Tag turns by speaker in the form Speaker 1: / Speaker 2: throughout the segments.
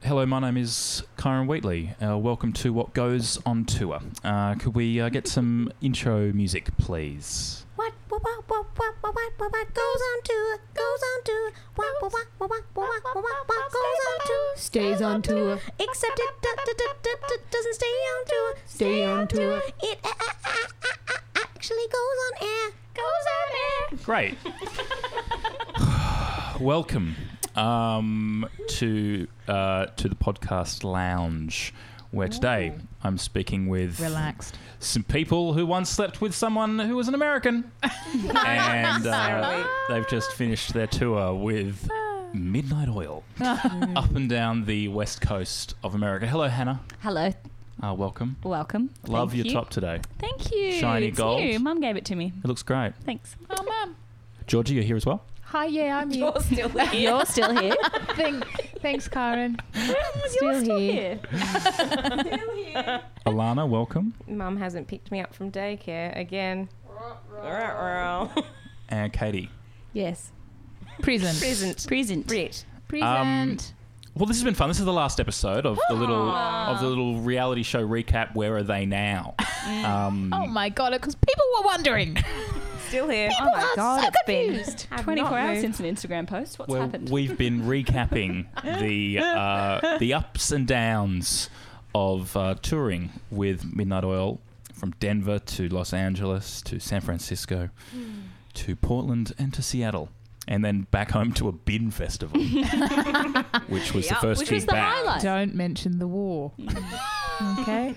Speaker 1: hello, my name is Kyron Wheatley. Uh, welcome to What Goes on Tour. Uh, could we uh, get some intro music, please?
Speaker 2: What what what what what what what what what goes on tour goes on tour what what what what what what what what what goes on tour
Speaker 3: Stays on tour.
Speaker 2: except it do, do, do, do, do, doesn't stay on tour
Speaker 3: Stay on tour.
Speaker 2: it a, a, a, a, a, actually goes on air goes on air
Speaker 1: Great. welcome um, to uh, to the podcast lounge, where today I'm speaking with
Speaker 4: Relaxed.
Speaker 1: some people who once slept with someone who was an American, and uh, they've just finished their tour with. Midnight Oil, up and down the west coast of America. Hello, Hannah.
Speaker 4: Hello,
Speaker 1: Uh, welcome.
Speaker 4: welcome.
Speaker 1: Love
Speaker 4: Thank
Speaker 1: your top today.
Speaker 4: Thank you.
Speaker 1: Shiny
Speaker 4: it's
Speaker 1: gold.
Speaker 4: New. Mum gave it to me.
Speaker 1: It looks great.
Speaker 4: Thanks.
Speaker 3: Oh, mum.
Speaker 1: Georgie, you're here as well.
Speaker 3: Hi, yeah, I'm here.
Speaker 2: still here
Speaker 4: You're still here.
Speaker 3: Thank, thanks, Karen.
Speaker 4: You're
Speaker 3: Still
Speaker 4: still
Speaker 3: here.
Speaker 4: here.
Speaker 1: Alana, welcome.
Speaker 5: Mum hasn't picked me up from daycare again.
Speaker 1: And Katie.
Speaker 4: Yes.
Speaker 3: Prison.
Speaker 5: Present.
Speaker 4: Present.
Speaker 5: Brit.
Speaker 1: Um,
Speaker 3: Present.
Speaker 1: Well, this has been fun. This is the last episode of the little
Speaker 4: Ah.
Speaker 1: of the little reality show recap. Where are they now?
Speaker 4: Mm.
Speaker 1: Um,
Speaker 3: oh my god, because people were wondering.
Speaker 5: Still here.
Speaker 3: People
Speaker 4: Oh
Speaker 3: are so confused.
Speaker 5: I've
Speaker 4: 24
Speaker 5: not
Speaker 4: hours
Speaker 5: moved.
Speaker 4: since an Instagram post. What's
Speaker 1: well,
Speaker 4: happened?
Speaker 1: we've been recapping the uh, the ups and downs of uh, touring with Midnight Oil from Denver to Los Angeles to San Francisco
Speaker 4: Hmm.
Speaker 1: to Portland and to Seattle. And then back home to a bin festival, which was the first
Speaker 4: Which
Speaker 1: trip
Speaker 4: was the
Speaker 1: back.
Speaker 4: highlight.
Speaker 3: Don't mention the war. okay.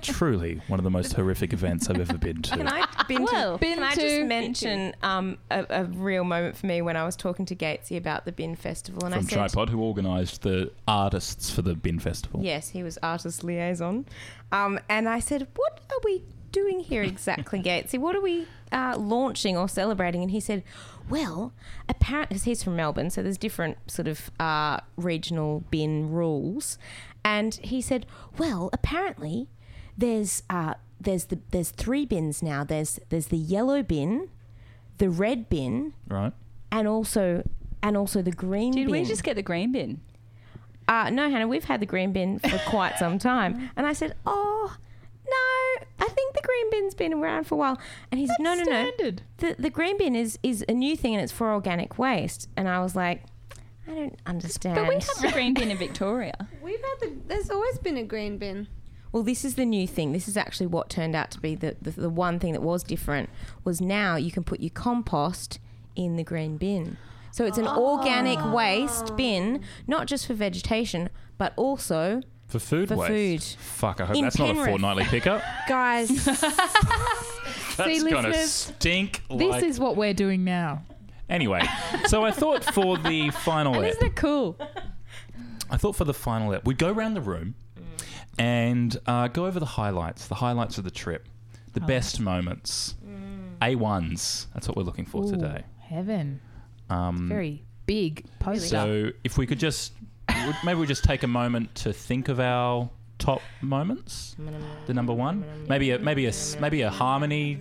Speaker 1: Truly, one of the most horrific events I've ever been
Speaker 5: Can
Speaker 1: to.
Speaker 5: I, been
Speaker 4: Well,
Speaker 5: to,
Speaker 3: been
Speaker 5: can I
Speaker 3: to-
Speaker 5: just mention um, a, a real moment for me when I was talking to Gatesy about the Bin Festival? And I
Speaker 1: From
Speaker 5: said,
Speaker 1: Tripod, who organised the artists for the bin festival.
Speaker 5: Yes, he was artist liaison. Um, and I said, What are we doing here exactly, Gatesy? What are we uh, launching or celebrating? And he said, Well, apparently, because he's from Melbourne, so there's different sort of uh, regional bin rules. And he said, Well, apparently, there's. Uh, there's the there's three bins now. There's there's the yellow bin, the red bin,
Speaker 1: Right?
Speaker 5: and also and also the green
Speaker 4: Did
Speaker 5: bin.
Speaker 4: we just get the green bin?
Speaker 5: uh, no, Hannah, we've had the green bin for quite some time. And I said, oh, no, I think the green bin's been around for a while. And he said, no, no, no.
Speaker 3: Standard.
Speaker 5: The, the green bin is, is a new thing and it's for organic waste. And I was like, I don't understand.
Speaker 4: But we have the green bin in Victoria.
Speaker 6: We've had the. There's always been a green bin.
Speaker 5: well, this is the new thing. This is actually what turned out to be the, the, the one thing that was different was now you can put your compost in the green bin. So it's
Speaker 3: Ah.
Speaker 5: an organic waste bin, not just for vegetation, but also
Speaker 1: For food
Speaker 5: For
Speaker 1: waste.
Speaker 5: food.
Speaker 1: Fuck, I hope
Speaker 5: In
Speaker 1: that's not
Speaker 5: Penrith.
Speaker 1: a fortnightly pickup.
Speaker 5: guys.
Speaker 1: That's gonna
Speaker 3: listeners,
Speaker 1: stink.
Speaker 3: This
Speaker 1: like-
Speaker 3: is what we're doing now.
Speaker 1: anyway. So I thought for the final, ep,
Speaker 3: Isn't it cool?
Speaker 1: I thought for the final, ep, we'd go around the room and uh, go over the highlights, the highlights of the trip, the best moments, A ones. That's what we're looking for today.
Speaker 3: Ooh, heaven.
Speaker 1: Um,
Speaker 3: Very big poster.
Speaker 1: so if we could just, would- maybe we just take a moment to think of our top moments. The number one, maybe a maybe a s- maybe a harmony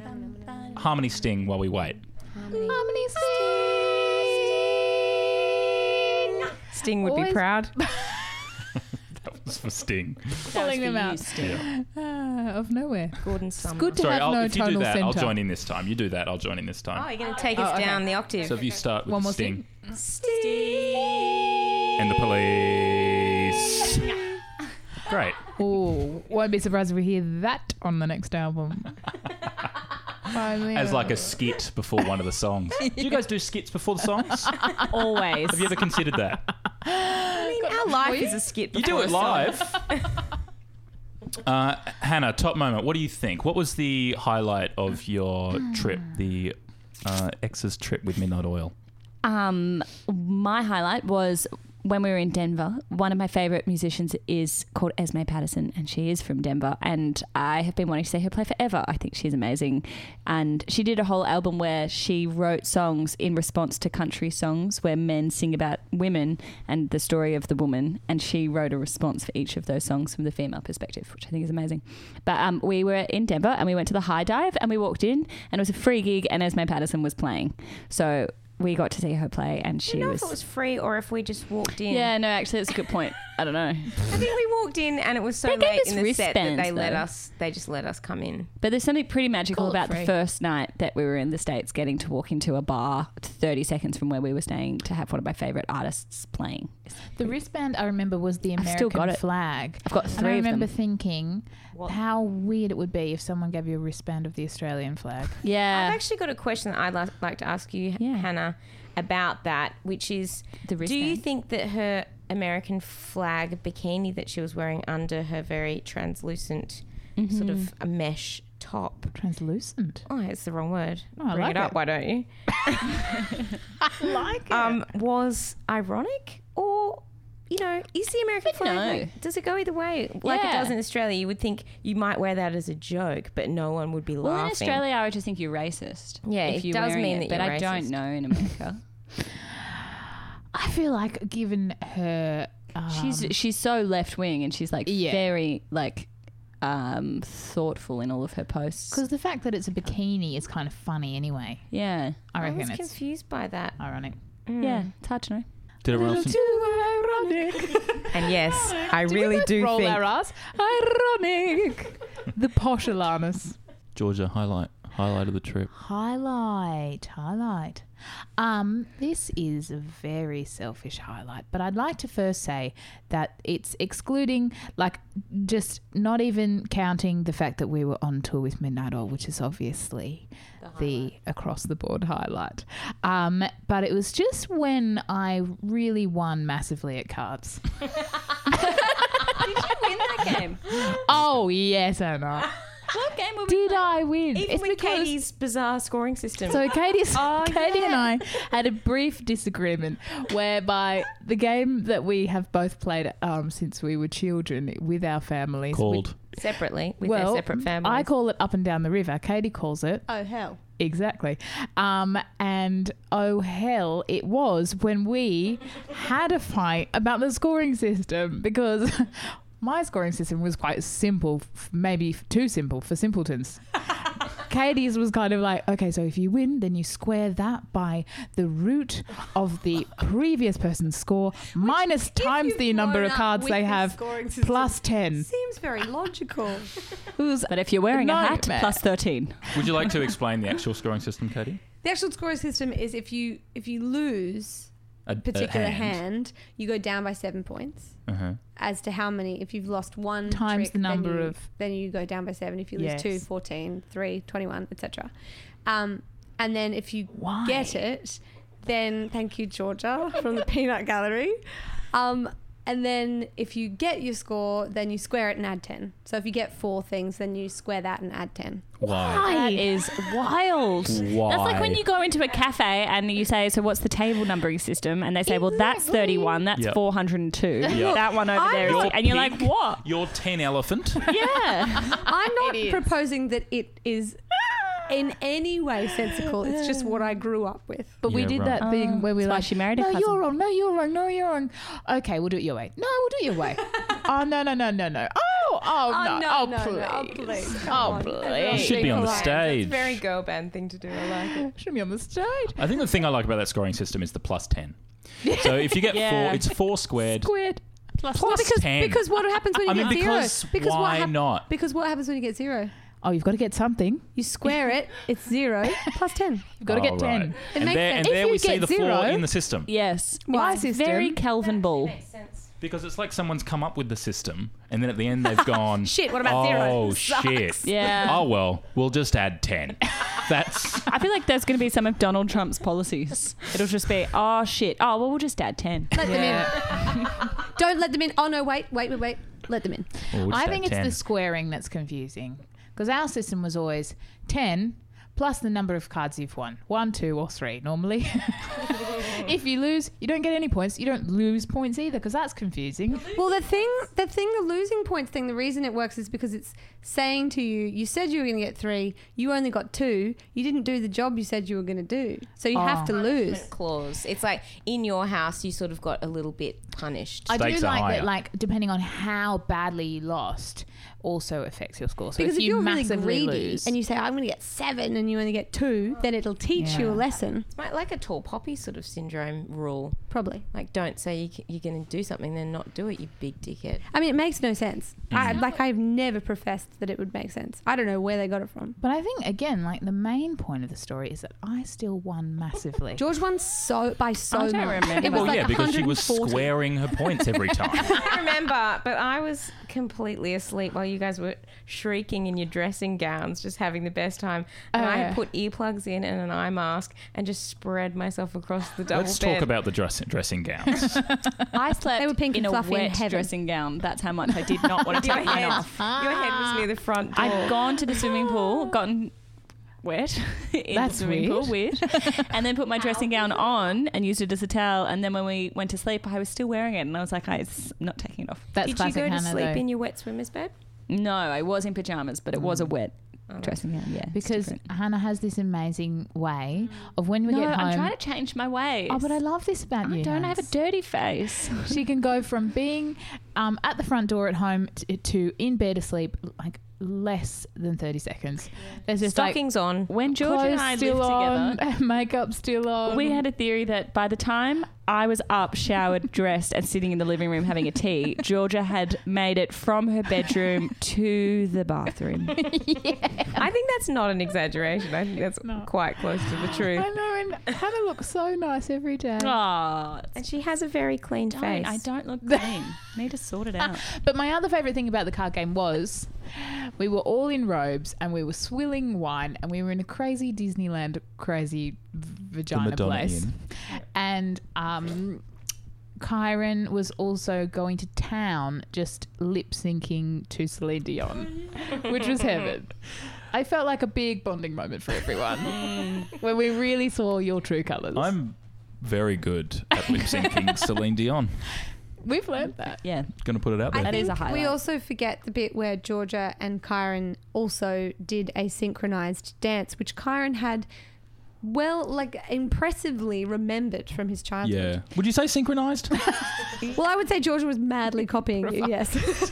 Speaker 1: harmony sting while we wait.
Speaker 3: Harmony
Speaker 5: Sting would
Speaker 3: Always-
Speaker 5: be proud.
Speaker 1: That's for sting.
Speaker 3: Calling them out
Speaker 1: Yeah.
Speaker 3: Ah, of nowhere.
Speaker 5: Gordon
Speaker 3: It's
Speaker 5: Sumner.
Speaker 3: good to
Speaker 1: Sorry,
Speaker 3: have
Speaker 1: I'll,
Speaker 3: no
Speaker 1: if you
Speaker 3: tonal
Speaker 1: do that,
Speaker 3: center.
Speaker 1: I'll join in this time. You do that, I'll join in this time.
Speaker 5: Oh, you're going to take us
Speaker 3: okay.
Speaker 5: down the octave.
Speaker 1: So if you start with
Speaker 3: One
Speaker 1: the
Speaker 3: more
Speaker 1: Sting
Speaker 3: thing.
Speaker 1: and the police. Great.
Speaker 3: Ooh, won't be surprised if we hear that on the next album. Finally. uh,
Speaker 1: As like a skit before one of the songs. Do you guys do skits before the songs? Have
Speaker 4: Always.
Speaker 1: you ever considered that?
Speaker 5: I mean, our life is a skit.
Speaker 1: You do
Speaker 5: before
Speaker 1: it
Speaker 5: a song.
Speaker 1: live. Uh, Hannah, top moment. What do you think? What was the highlight of your trip, the uh, ex's trip with Midnight Oil?
Speaker 4: Um, my highlight was when we were in Denver. One of my favorite musicians is called Esme Patterson, and she is from Denver. And I have been wanting to see her play forever. I think she's amazing. And she did a whole album where she wrote songs in response to country songs where men sing about women and the story of the woman. And she wrote a response for each of those songs from the female perspective, which I think is amazing. But um, we were in Denver and we went to the high dive and we walked in and it was a free gig and Esme Patterson was playing. So we got to see her play, and
Speaker 5: I don't
Speaker 4: she
Speaker 5: know
Speaker 4: was.
Speaker 5: if it was free or if we just walked in.
Speaker 4: yeah, no, actually, it's a good point. I don't know.
Speaker 5: I think we walked in and it was so
Speaker 4: They gave
Speaker 5: late
Speaker 4: us
Speaker 5: in the set that
Speaker 4: wristbands,
Speaker 5: they let
Speaker 4: though.
Speaker 5: us. They just let us come in.
Speaker 4: But there's something pretty magical
Speaker 3: Call it
Speaker 4: about the
Speaker 3: free.
Speaker 4: first night that we were in the States getting to walk into a bar 30 seconds from where we were staying to have one of my favorite artists playing.
Speaker 3: The wristband I remember was the
Speaker 4: I've
Speaker 3: American
Speaker 4: still got it.
Speaker 3: flag.
Speaker 4: I've got
Speaker 3: and I
Speaker 4: three of
Speaker 3: remember
Speaker 4: them.
Speaker 3: thinking how weird it would be if someone gave you a wristband of the Australian flag.
Speaker 4: Yeah.
Speaker 5: I've actually got a question that I'd li- like to ask you,
Speaker 4: Uh, Yeah.
Speaker 5: Hannah, about that, which is
Speaker 4: the
Speaker 5: do you
Speaker 4: wristband.
Speaker 5: think that her American flag bikini that she was wearing under her very translucent
Speaker 4: Mm-hmm.
Speaker 5: sort of a mesh top?
Speaker 3: Translucent.
Speaker 5: Oh, it's the wrong word.
Speaker 3: Oh, I
Speaker 5: Bring
Speaker 3: like
Speaker 5: it up,
Speaker 3: it.
Speaker 5: why don't you?
Speaker 3: I like
Speaker 5: Um, was ironic or you know, is the American
Speaker 4: I don't
Speaker 5: flag?
Speaker 4: know.
Speaker 5: like- does it go either way? Like it
Speaker 4: Yeah.
Speaker 5: does in Australia, you would think you might wear that as a joke, but no one would be
Speaker 4: well, in
Speaker 5: laughing.
Speaker 4: Australia, I would just think you're racist.
Speaker 5: Yeah,
Speaker 4: if
Speaker 5: it
Speaker 4: you're
Speaker 5: does
Speaker 4: wearing
Speaker 5: mean
Speaker 4: it,
Speaker 5: that
Speaker 4: But
Speaker 5: you're
Speaker 4: I
Speaker 5: racist.
Speaker 4: don't know in America.
Speaker 3: I feel like given her. Um,
Speaker 4: she's she's so left wing and she's like
Speaker 3: Yeah.
Speaker 4: very like um thoughtful in all of her posts.
Speaker 3: Because the fact that it's a bikini is kind of funny anyway.
Speaker 4: Yeah.
Speaker 3: I
Speaker 5: I
Speaker 3: reckon
Speaker 5: was
Speaker 3: it's
Speaker 5: confused by that.
Speaker 3: ironic.
Speaker 4: Yeah. It's hard to know.
Speaker 1: Did everyone else?
Speaker 5: And yes, I really do
Speaker 3: roll
Speaker 5: think
Speaker 3: our ass. Ironic. the posh Alanis.
Speaker 1: Georgia highlight highlight of the trip.
Speaker 3: Highlight, highlight. Um, this is a very selfish highlight, but I'd like to first say that it's excluding, like, just not even counting the fact that we were on tour with Midnight Oil, which is obviously the across the board highlight. Um, but it was just when I really won massively at cards.
Speaker 4: Did you win that game?
Speaker 3: Oh yes, Anna.
Speaker 4: What game were
Speaker 3: Did I win?
Speaker 5: Even with Katie's bizarre scoring system.
Speaker 3: So Katie's,
Speaker 5: Oh,
Speaker 3: Katie and I had a brief disagreement whereby the game that we have both played um, since we were children with our families which-
Speaker 1: Called
Speaker 5: separately with
Speaker 3: well,
Speaker 5: their separate families.
Speaker 3: I call it up and down the river. Katie calls it
Speaker 6: Oh, hell.
Speaker 3: Exactly. Um, and oh hell, it was when we had a fight about the scoring system because my scoring system was quite simple, f- maybe f- too simple for simpletons. Katie's was kind of like, okay, so if you win, then you square that by the root of the previous person's score minus times
Speaker 6: you've
Speaker 3: the number
Speaker 6: grown
Speaker 3: of
Speaker 6: up
Speaker 3: cards
Speaker 6: with
Speaker 3: they
Speaker 6: the
Speaker 3: have
Speaker 6: scoring system.
Speaker 3: plus 10.
Speaker 6: Seems very logical.
Speaker 3: It was
Speaker 4: But if you're wearing a hat,
Speaker 3: Nightmare.
Speaker 4: plus thirteen.
Speaker 1: Would you like to explain the actual scoring system, Katie?
Speaker 6: The actual scoring system is if you if you lose
Speaker 1: A a
Speaker 6: particular hand. you go down by seven points.
Speaker 1: Uh-huh.
Speaker 6: As to how many, if you've lost one
Speaker 3: Times
Speaker 6: trick,
Speaker 3: the number
Speaker 6: then you,
Speaker 3: of-
Speaker 6: then you go down by seven. If you lose
Speaker 3: Yes.
Speaker 6: two, 14, three, 21, etc. Um, and then if you
Speaker 3: Why?
Speaker 6: get it, then thank you, Georgia, from the Peanut Gallery. Um, and then if you get your score, then you square it and add 10. So if you get four things, then you square that and add 10.
Speaker 1: Uh-huh. Why?
Speaker 4: That is wild.
Speaker 1: Why?
Speaker 4: That's like when you go into a cafe and you say, "So what's the table numbering system?" And they say, "Well, that's thirty-one. That's
Speaker 1: Yep.
Speaker 4: four hundred and two. That one over there is."
Speaker 1: Your
Speaker 4: And you're like,
Speaker 1: pig,
Speaker 4: "What?"
Speaker 1: Your ten elephant.
Speaker 4: Yeah.
Speaker 6: I'm not proposing that it is in any way sensical. It's just what I grew up with.
Speaker 3: But we
Speaker 1: Yeah,
Speaker 3: did
Speaker 1: right.
Speaker 3: that thing where we
Speaker 4: that's
Speaker 3: were
Speaker 4: why
Speaker 3: like,
Speaker 4: she married her
Speaker 3: no,
Speaker 4: cousin."
Speaker 3: you're wrong. No, you're wrong. No, you're wrong. Okay, we'll do it your way. No, we'll do it your way. oh no, no, no, no, no. Oh, oh, no.
Speaker 6: no,
Speaker 3: oh,
Speaker 6: no,
Speaker 3: please.
Speaker 6: no, oh, please. Come
Speaker 3: Oh,
Speaker 6: on.
Speaker 3: please.
Speaker 1: you should be on the stage.
Speaker 5: very girl band thing to do. I like it.
Speaker 3: Should be on the stage.
Speaker 1: I think the thing I like about that scoring system is the plus ten. So if you get
Speaker 4: Yeah.
Speaker 1: four, it's four squared
Speaker 3: Squid.
Speaker 1: plus,
Speaker 6: Well, because,
Speaker 1: 10.
Speaker 6: because what happens when you
Speaker 1: I mean,
Speaker 6: get
Speaker 1: because
Speaker 6: zero? Because
Speaker 1: why
Speaker 6: what hap-
Speaker 1: not?
Speaker 6: Because what happens when you get zero?
Speaker 3: Oh, you've got to get something.
Speaker 6: You square it, it's zero plus 10.
Speaker 3: You've got to get
Speaker 1: Oh, right.
Speaker 3: ten.
Speaker 6: It
Speaker 1: And
Speaker 6: makes
Speaker 1: there,
Speaker 6: sense.
Speaker 1: and
Speaker 3: If
Speaker 1: there
Speaker 3: you
Speaker 1: we see
Speaker 3: get
Speaker 1: the
Speaker 3: zero-
Speaker 1: four in the system
Speaker 4: yes.
Speaker 3: My
Speaker 4: It's
Speaker 3: system-
Speaker 4: very Kelvin Ball.
Speaker 5: sense.
Speaker 1: because it's like someone's come up with the system, and then at the end they've gone.
Speaker 6: Shit, what about zero?
Speaker 1: Oh
Speaker 6: Sucks.
Speaker 1: shit!
Speaker 4: Yeah.
Speaker 1: Oh well, we'll just add ten. That's
Speaker 4: I feel like that's going to be some of Donald Trump's policies. It'll just be, "Oh shit. Oh well, we'll just add 10.
Speaker 6: Let them in. Don't let them in. Oh, no, wait, wait, wait, wait. Let them in.
Speaker 1: We'll just
Speaker 3: I
Speaker 1: add
Speaker 3: think it's
Speaker 1: 10.
Speaker 3: the squaring that's confusing because our system was always ten plus the number of cards you've won one, two, or three normally. if you lose, you don't get any points. You don't lose points either because that's confusing.
Speaker 6: Well, the thing, the thing, the losing points thing, the reason it works is because it's saying to you, you said you were going to get three, you only got two, you didn't do the job you said you were going to do, so you have to lose.
Speaker 5: Clause. It's like in your house, you sort of got a little bit punished.
Speaker 3: I do
Speaker 1: Stakes are
Speaker 3: like
Speaker 1: higher.
Speaker 3: that, like, depending on how badly you lost, also affects your score. So
Speaker 6: because
Speaker 3: if, you
Speaker 6: are
Speaker 3: massively
Speaker 6: really greedy
Speaker 3: lose,
Speaker 6: and you say I'm going to get seven and you only get two, then it'll teach you
Speaker 3: Yeah.
Speaker 6: a lesson,
Speaker 5: It's like- like a tall poppy sort of syndrome rule.
Speaker 6: probably.
Speaker 5: Like, don't say you, c- you're going to do something, then not do it, you big dickhead.
Speaker 6: I mean, it makes no sense. I, like I've never professed that it would make sense. I don't know where they got it from.
Speaker 3: but I think again, like the main point of the story is that I still won massively.
Speaker 6: George won so by so
Speaker 4: I don't
Speaker 6: much.
Speaker 4: remember.
Speaker 6: It was
Speaker 1: well,
Speaker 6: like
Speaker 1: yeah, because she was
Speaker 6: 140.
Speaker 1: squaring her points every time.
Speaker 5: I remember, but I was completely asleep while you guys were shrieking in your dressing gowns, just having the best time. And
Speaker 3: Oh,
Speaker 5: I
Speaker 3: yeah.
Speaker 5: had put earplugs in and an eye mask and just spread myself across the double
Speaker 1: Let's
Speaker 5: bed.
Speaker 1: talk about the dress- dressing gowns.
Speaker 4: I slept
Speaker 6: They were pink
Speaker 4: in
Speaker 6: and
Speaker 4: a
Speaker 6: fluffy in
Speaker 4: wet
Speaker 6: heaven.
Speaker 4: dressing gown. That's how much I did not want to
Speaker 5: your
Speaker 4: take mine
Speaker 5: head.
Speaker 4: off.
Speaker 5: Your head was near the front door.
Speaker 3: Oh.
Speaker 4: I'd gone to the swimming pool, gotten wet in
Speaker 3: That's
Speaker 4: the swimming pool, wet, and then put my dressing gown on and used it as a towel. And then when we went to sleep, I was still wearing it, and I was like, I, "It's not taking it off."
Speaker 3: That's
Speaker 5: Did you
Speaker 3: classic
Speaker 5: go to
Speaker 3: Hannah,
Speaker 5: sleep
Speaker 3: though.
Speaker 5: in your wet swimmer's bed?
Speaker 4: No, I was in pajamas, but it was a wet
Speaker 5: Oh.
Speaker 4: dressing gown. Yeah, it's
Speaker 3: Mm. because
Speaker 4: different.
Speaker 3: Hannah has this amazing way of when we
Speaker 4: no,
Speaker 3: get home.
Speaker 4: I'm trying to change my ways.
Speaker 3: Oh, but I love this about
Speaker 4: I
Speaker 3: you.
Speaker 4: don't have a
Speaker 3: Nance.
Speaker 4: dirty face.
Speaker 3: she can go from being um, at the front door at home to, to in bed asleep like less than 30 seconds. There's just like
Speaker 5: Stockings on.
Speaker 4: When George
Speaker 3: clothes
Speaker 4: and I lived
Speaker 3: still on,
Speaker 4: together,
Speaker 3: makeup still on.
Speaker 4: we had a theory that by the time I was up, showered, dressed, and sitting in the living room having a tea, Georgia had made it from her bedroom to the bathroom.
Speaker 5: I think that's not an exaggeration. I think that's
Speaker 3: not.
Speaker 5: quite close to the truth.
Speaker 3: I know, and Hannah looks so nice every day.
Speaker 4: Oh,
Speaker 5: And she has a very clean face.
Speaker 4: I don't look clean. Need to sort it out.
Speaker 3: But my other favourite thing about the card game was we were all in robes and we were swilling wine and we were in a crazy Disneyland, crazy v- vagina
Speaker 1: Madonna
Speaker 3: place.
Speaker 1: Inn.
Speaker 3: And um, Kyron was also going to town just lip syncing to Celine Dion, which was heaven. I felt like a big bonding moment for everyone when we really saw your true colours.
Speaker 1: I'm very good at lip syncing Celine Dion.
Speaker 3: We've learned that.
Speaker 4: Yeah,
Speaker 1: Going to put it out there.
Speaker 4: That is a
Speaker 6: think We
Speaker 4: highlight.
Speaker 6: also forget the bit where Georgia and Kyron also did a synchronized dance, which Kyron had well, like impressively remembered from his
Speaker 1: yeah.
Speaker 6: childhood.
Speaker 1: Would you say synchronized?
Speaker 6: Well, I would say Georgia was madly copying you. Yes.
Speaker 1: Is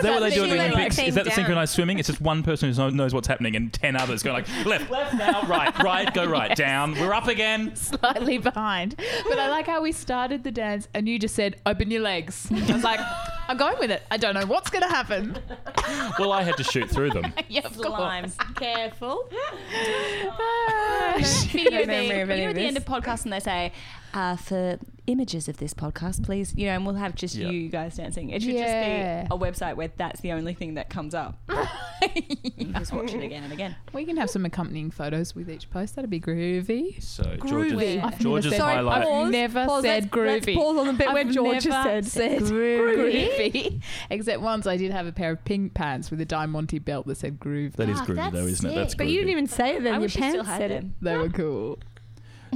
Speaker 1: that what they do at
Speaker 5: She
Speaker 1: the
Speaker 5: let
Speaker 1: Olympics?
Speaker 5: that
Speaker 1: Is that the
Speaker 5: thing
Speaker 1: synchronized swimming? It's just one person who kno- knows what's happening and 10 others going like, left, left now, right, right, go right, down, we're up again.
Speaker 3: slightly behind. But I like how we started the dance and you just said, open your legs. I was like, I'm going with it. I don't know what's going to happen.
Speaker 1: Well, I had to shoot through them.
Speaker 3: yeah, of
Speaker 4: Slimes. Careful.
Speaker 3: course.
Speaker 4: You know,
Speaker 5: No
Speaker 4: they,
Speaker 5: memory of
Speaker 4: you
Speaker 5: any
Speaker 4: know
Speaker 5: of
Speaker 4: at the end
Speaker 5: this.
Speaker 4: of podcasts and they say, uh, for images of this podcast, please, you know, and we'll have just
Speaker 1: Yeah.
Speaker 4: you guys dancing. It should
Speaker 3: Yeah.
Speaker 4: just be a website where that's the only thing that comes up. You just watch it again and again.
Speaker 3: We can have some accompanying photos with each post. That'd be groovy.
Speaker 1: So
Speaker 3: Groovy.
Speaker 1: George's,
Speaker 3: I've
Speaker 1: George's
Speaker 3: never said-
Speaker 1: highlight.
Speaker 3: I've never said
Speaker 6: let's, let's
Speaker 3: groovy.
Speaker 6: pause on the bit where
Speaker 3: I've
Speaker 6: Georgia
Speaker 3: never
Speaker 6: said, said
Speaker 3: groovy. Except once I did have a pair of pink pants with a diamante belt that said groovy.
Speaker 1: That is groovy though, isn't it? That's
Speaker 6: But
Speaker 1: groovy.
Speaker 6: you didn't even say it then.
Speaker 4: I
Speaker 6: Your
Speaker 4: wish you still
Speaker 6: pants
Speaker 4: had
Speaker 6: said it.
Speaker 4: them.
Speaker 3: They were cool.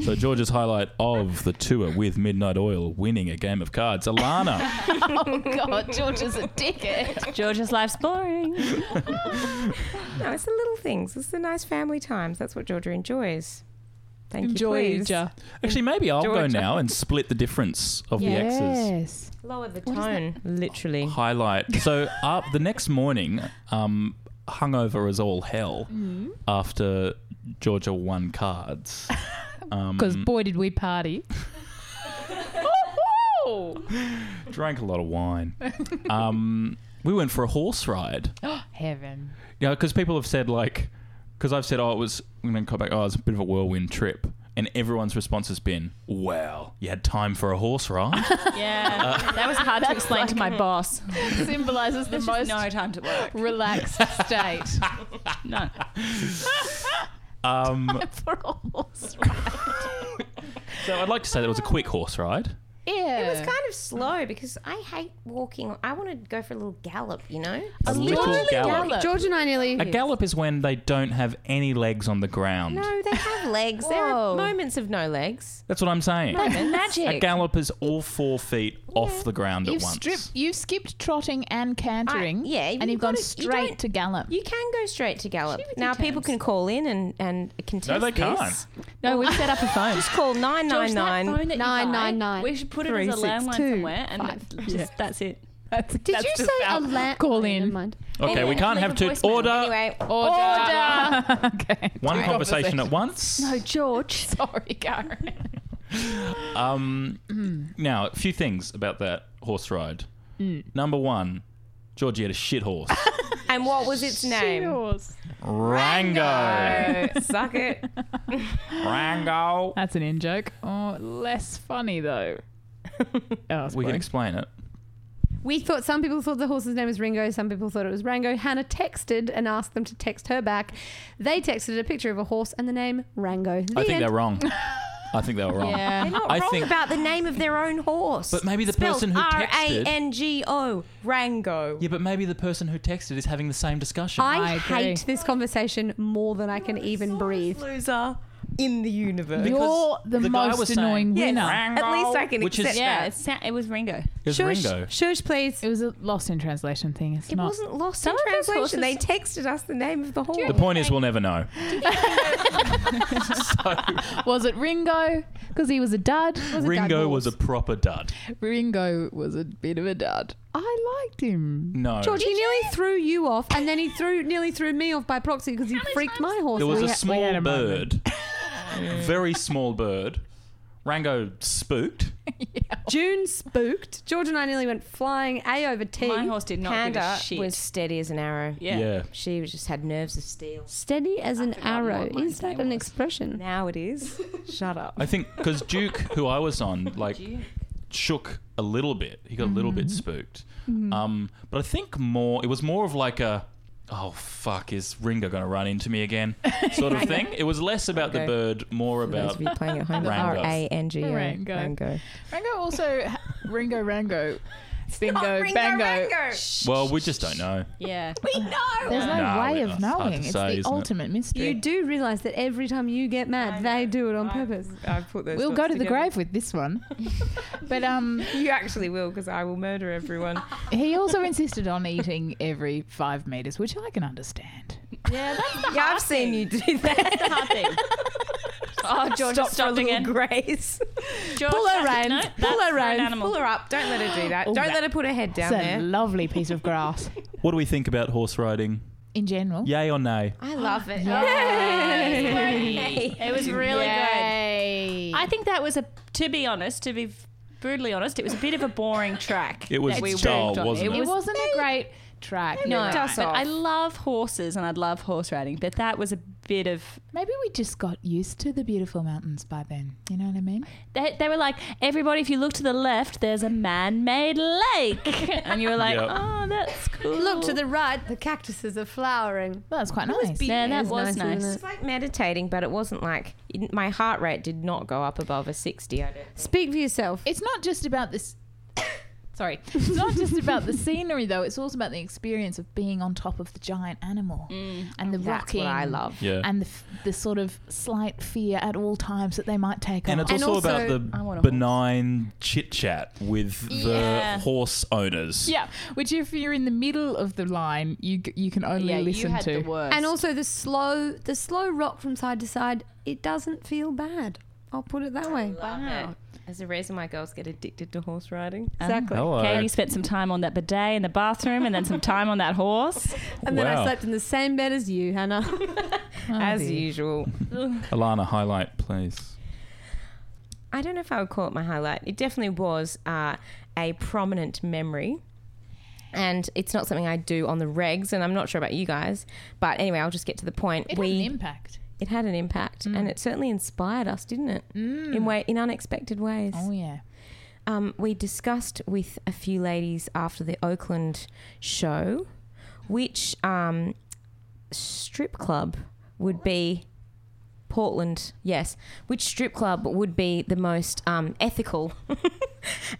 Speaker 1: So George's highlight of the tour with Midnight Oil winning a game of cards. Alana,
Speaker 3: oh, God. George is a dickhead.
Speaker 4: Georgia's life's boring.
Speaker 5: No, it's the little things. It's the nice family times. That's what Georgia enjoys. Thank you. please.
Speaker 3: Georgia.
Speaker 1: actually, maybe I'll go
Speaker 5: Georgia.
Speaker 1: now and split the difference of the X's.
Speaker 3: Yes.
Speaker 5: Lower the tone. Literally.
Speaker 1: Highlight. So up the next morning, um, hungover as all hell after Georgia won cards. Um,
Speaker 3: Because boy, did we party.
Speaker 1: drank a lot of wine. Um, we went for a horse ride.
Speaker 3: Heaven.
Speaker 1: Yeah, because people have said like, because I've said, oh, it was. I'm going to come back. Oh, it's a bit of a whirlwind trip, and everyone's response has been, "Wow, you had time for a horse ride."
Speaker 4: Yeah. that was hard to explain to my boss.
Speaker 3: Symbolizes the
Speaker 4: There's
Speaker 3: most
Speaker 4: just no time to work.
Speaker 3: relaxed state
Speaker 4: No.
Speaker 1: um,
Speaker 3: for a horse ride.
Speaker 1: so I'd like to say that it was a quick horse ride.
Speaker 3: Yeah.
Speaker 5: It was kind of slow because I hate walking. I want to go for a little gallop, you know?
Speaker 1: A little gallop.
Speaker 6: George and I nearly.
Speaker 1: A gallop is when they don't have any legs on the ground.
Speaker 5: No, they have legs. there are
Speaker 4: Whoa.
Speaker 5: moments of no legs.
Speaker 1: That's what I'm saying. A
Speaker 4: Magic.
Speaker 1: gallop is all four feet off the ground
Speaker 3: You've
Speaker 1: at once.
Speaker 3: stripped. You've skipped trotting and cantering.
Speaker 5: I- yeah,
Speaker 3: and
Speaker 5: you
Speaker 3: you've, gone
Speaker 5: gotta- you
Speaker 3: straight
Speaker 5: don't-
Speaker 3: to gallop.
Speaker 5: You can go straight to gallop.
Speaker 3: Gee, with
Speaker 5: Now,
Speaker 3: your
Speaker 5: people
Speaker 3: terms.
Speaker 5: can call in and, and contest
Speaker 1: no, they
Speaker 5: this.
Speaker 1: can't.
Speaker 4: No, we've set up a phone.
Speaker 5: Just call
Speaker 4: George, that
Speaker 5: 999.
Speaker 4: phone that you
Speaker 6: Nine,
Speaker 4: buy,
Speaker 6: nine, nine,
Speaker 4: We should put it
Speaker 6: three,
Speaker 4: as a
Speaker 6: six,
Speaker 4: landline
Speaker 6: two,
Speaker 4: somewhere, and
Speaker 6: five.
Speaker 4: just that's it.
Speaker 3: That's,
Speaker 7: Did
Speaker 3: that's
Speaker 7: you
Speaker 3: just
Speaker 7: say a
Speaker 3: our
Speaker 7: lamp?
Speaker 6: Oh,
Speaker 3: Call in.
Speaker 7: mind.
Speaker 1: Okay,
Speaker 5: Anyway,
Speaker 1: we can't
Speaker 5: leave
Speaker 1: have
Speaker 5: a
Speaker 1: two.
Speaker 5: voicemail.
Speaker 1: Order. Oh,
Speaker 5: Anyway,
Speaker 3: Order. okay.
Speaker 1: One
Speaker 3: Two
Speaker 1: conversation at once.
Speaker 4: No, George.
Speaker 3: Sorry, Karen.
Speaker 1: Um, now, a few things about that horse ride. Number one, Georgie had a shit horse.
Speaker 5: and what was its name?
Speaker 1: Rango.
Speaker 5: Suck it.
Speaker 1: Rango.
Speaker 3: That's an in joke. Oh, less funny though. Oh,
Speaker 1: We can
Speaker 3: sorry.
Speaker 1: explain it.
Speaker 6: We thought some people thought the horse's name was Ringo, some people thought it was Rango. Hannah texted and asked them to text her back. They texted a picture of a horse and the name Rango. The
Speaker 1: I think
Speaker 6: end.
Speaker 1: they're wrong. I think they were wrong.
Speaker 5: They're not
Speaker 1: I
Speaker 5: wrong
Speaker 1: think-
Speaker 5: about the name of their own horse.
Speaker 1: But maybe the
Speaker 5: Spelled
Speaker 1: person who texted-
Speaker 5: R-A-N-G-O, Rango.
Speaker 1: Yeah, but maybe the person who texted is having the same discussion.
Speaker 6: I,
Speaker 3: I agree.
Speaker 6: hate this conversation more than I can even breathe.
Speaker 5: Loser in the universe.
Speaker 3: You're the,
Speaker 1: the guy was
Speaker 3: most
Speaker 1: saying-
Speaker 3: annoying
Speaker 5: Yes,
Speaker 3: winner.
Speaker 5: at least I can
Speaker 1: Which is-
Speaker 5: accept
Speaker 4: Yeah,
Speaker 5: that.
Speaker 4: it's, it was Ringo.
Speaker 1: It's
Speaker 6: Shush,
Speaker 1: Ringo.
Speaker 6: shush, please.
Speaker 3: It was a lost in translation thing. It's
Speaker 5: It
Speaker 3: not.
Speaker 5: wasn't lost
Speaker 4: Some
Speaker 5: in
Speaker 4: of those
Speaker 5: translation. They texted us the name of the horse.
Speaker 1: The point is, we'll never know. so
Speaker 3: Was it Ringo? Because he was a dud. Was
Speaker 1: Ringo was a
Speaker 3: dud
Speaker 1: proper dud.
Speaker 3: horse. Ringo was a bit of a dud. I liked him.
Speaker 1: No,
Speaker 6: George, he nearly threw you off, and then he threw nearly threw me off by proxy because he freaked my horse.
Speaker 1: there was
Speaker 3: We
Speaker 1: a
Speaker 3: had- we had
Speaker 1: small
Speaker 3: a
Speaker 1: bird,
Speaker 3: moment.
Speaker 1: very small bird. Rango spooked.
Speaker 6: June spooked. George and I nearly went flying A over T.
Speaker 4: My horse did not give a
Speaker 5: Panda
Speaker 4: shit.
Speaker 5: was steady as an arrow.
Speaker 4: yeah.
Speaker 5: She was just had nerves of steel.
Speaker 6: Steady as an
Speaker 4: forgotten
Speaker 6: arrow.
Speaker 4: what mine
Speaker 6: Is that
Speaker 4: name
Speaker 6: an
Speaker 4: was.
Speaker 6: expression?
Speaker 5: Now it is. Shut up.
Speaker 1: I think because Duke, who I was on, like shook a little bit. He got a little bit spooked. Um, but I think more, it was more of like a, oh fuck, is Ringo going to run into me again? Sort of thing. It was less about the
Speaker 5: Okay.
Speaker 1: bird, more about
Speaker 5: you playing at home,
Speaker 1: Rango.
Speaker 5: R-A-N-G-O,
Speaker 3: Rango. Rango also. Ringo, Rango. Bingo,
Speaker 5: Not Ringo
Speaker 3: bango.
Speaker 5: Rango.
Speaker 1: Well, we just don't know.
Speaker 4: Yeah.
Speaker 5: We know.
Speaker 3: There's no
Speaker 1: Nah,
Speaker 3: way
Speaker 1: we-
Speaker 3: of
Speaker 1: it's hard to
Speaker 3: knowing. It's
Speaker 1: say,
Speaker 3: the
Speaker 1: isn't it?
Speaker 3: ultimate mystery.
Speaker 6: You do realise that every time you get mad, they do it on purpose.
Speaker 5: I put those
Speaker 3: we'll
Speaker 5: dots
Speaker 3: go to the
Speaker 5: together.
Speaker 3: grave with this one. but um,
Speaker 5: You actually will, because I will murder everyone.
Speaker 3: he also insisted on eating every five meters, which I can understand.
Speaker 4: Yeah, that's the
Speaker 5: yeah,
Speaker 4: hard
Speaker 5: I've seen
Speaker 4: thing.
Speaker 5: you do that.
Speaker 4: That's the hard thing. Oh, George
Speaker 5: Stop
Speaker 4: is
Speaker 5: for a
Speaker 4: stopped
Speaker 5: little
Speaker 4: again.
Speaker 5: grace.
Speaker 4: George,
Speaker 6: Pull her
Speaker 4: that's-
Speaker 6: round.
Speaker 4: no,
Speaker 6: Pull
Speaker 4: that's
Speaker 6: her
Speaker 4: for an
Speaker 6: round.
Speaker 4: animal.
Speaker 5: Pull her up. Don't let her do that.
Speaker 3: All
Speaker 5: Don't
Speaker 3: right.
Speaker 5: let her put her head down
Speaker 3: it's a
Speaker 5: there.
Speaker 3: lovely piece of grass.
Speaker 1: What do we think about horse riding?
Speaker 3: In general,
Speaker 1: Yay or nay?
Speaker 5: I love it.
Speaker 4: It was really good. I think that was a, to be honest, to be brutally honest, it was a bit of a boring track.
Speaker 1: It was
Speaker 4: that we
Speaker 1: dull,
Speaker 4: worked on.
Speaker 1: wasn't it?
Speaker 3: it, was not a great track.
Speaker 4: No,
Speaker 3: you're right.
Speaker 5: Dust
Speaker 4: but
Speaker 5: off.
Speaker 4: I love horses and I love horse riding, but that was a bit of.
Speaker 3: maybe we just got used to the beautiful mountains by then. You know what I mean?
Speaker 4: They, they were like, everybody, if you look to the left, there's a man made lake. And you were like,
Speaker 1: Yep.
Speaker 4: oh, that's cool.
Speaker 6: Look to the right, the cactuses are flowering.
Speaker 3: Well, that's quite nice.
Speaker 4: Yeah, that
Speaker 6: It's
Speaker 4: was
Speaker 6: nice,
Speaker 4: nice.
Speaker 6: isn't it?
Speaker 5: It's like meditating, but it wasn't like my heart rate did not go up above a sixty. I don't.
Speaker 6: Speak for yourself.
Speaker 3: it's not just about this. Sorry, it's not just about the scenery though. It's also about the experience of being on top of the giant animal and the
Speaker 5: Mm. That's
Speaker 3: rocking.
Speaker 5: what I love.
Speaker 1: Yeah.
Speaker 3: And the, f- the sort of slight fear at all times that they might take
Speaker 1: And
Speaker 3: off.
Speaker 1: it's also,
Speaker 6: also-
Speaker 1: about the
Speaker 4: I want a horse.
Speaker 1: benign chit chat with
Speaker 4: Yeah.
Speaker 1: the horse owners.
Speaker 3: yeah, which if you're in the middle of the line, you g- you can only
Speaker 4: yeah,
Speaker 3: listen
Speaker 4: you had
Speaker 3: to. Oh,
Speaker 4: the worst.
Speaker 6: And also the slow, the slow rock from side to side. It doesn't feel bad. I'll put it that way.
Speaker 5: Wow. Um, There's a reason why girls get addicted to horse riding.
Speaker 4: Exactly.
Speaker 1: Hello.
Speaker 4: Katie spent some time on that bidet in the bathroom and then some time on that horse.
Speaker 6: And then I
Speaker 1: Wow.
Speaker 6: slept in the same bed as you, Hannah.
Speaker 3: Oh,
Speaker 5: As
Speaker 3: dear.
Speaker 5: usual.
Speaker 1: Alana, highlight, please.
Speaker 5: I don't know if I would call it my highlight. It definitely was uh, a prominent memory. And it's not something I do on the regs, and I'm not sure about you guys. But anyway, I'll just get to the point.
Speaker 3: It had an Mm. impact.
Speaker 5: it had an impact, and it certainly inspired us, didn't it? In way, in unexpected ways.
Speaker 3: Mm. Oh yeah.
Speaker 5: Um, we discussed with a few ladies after the Oakland show which um, strip club would be Portland, yes, which strip club would be the most um, ethical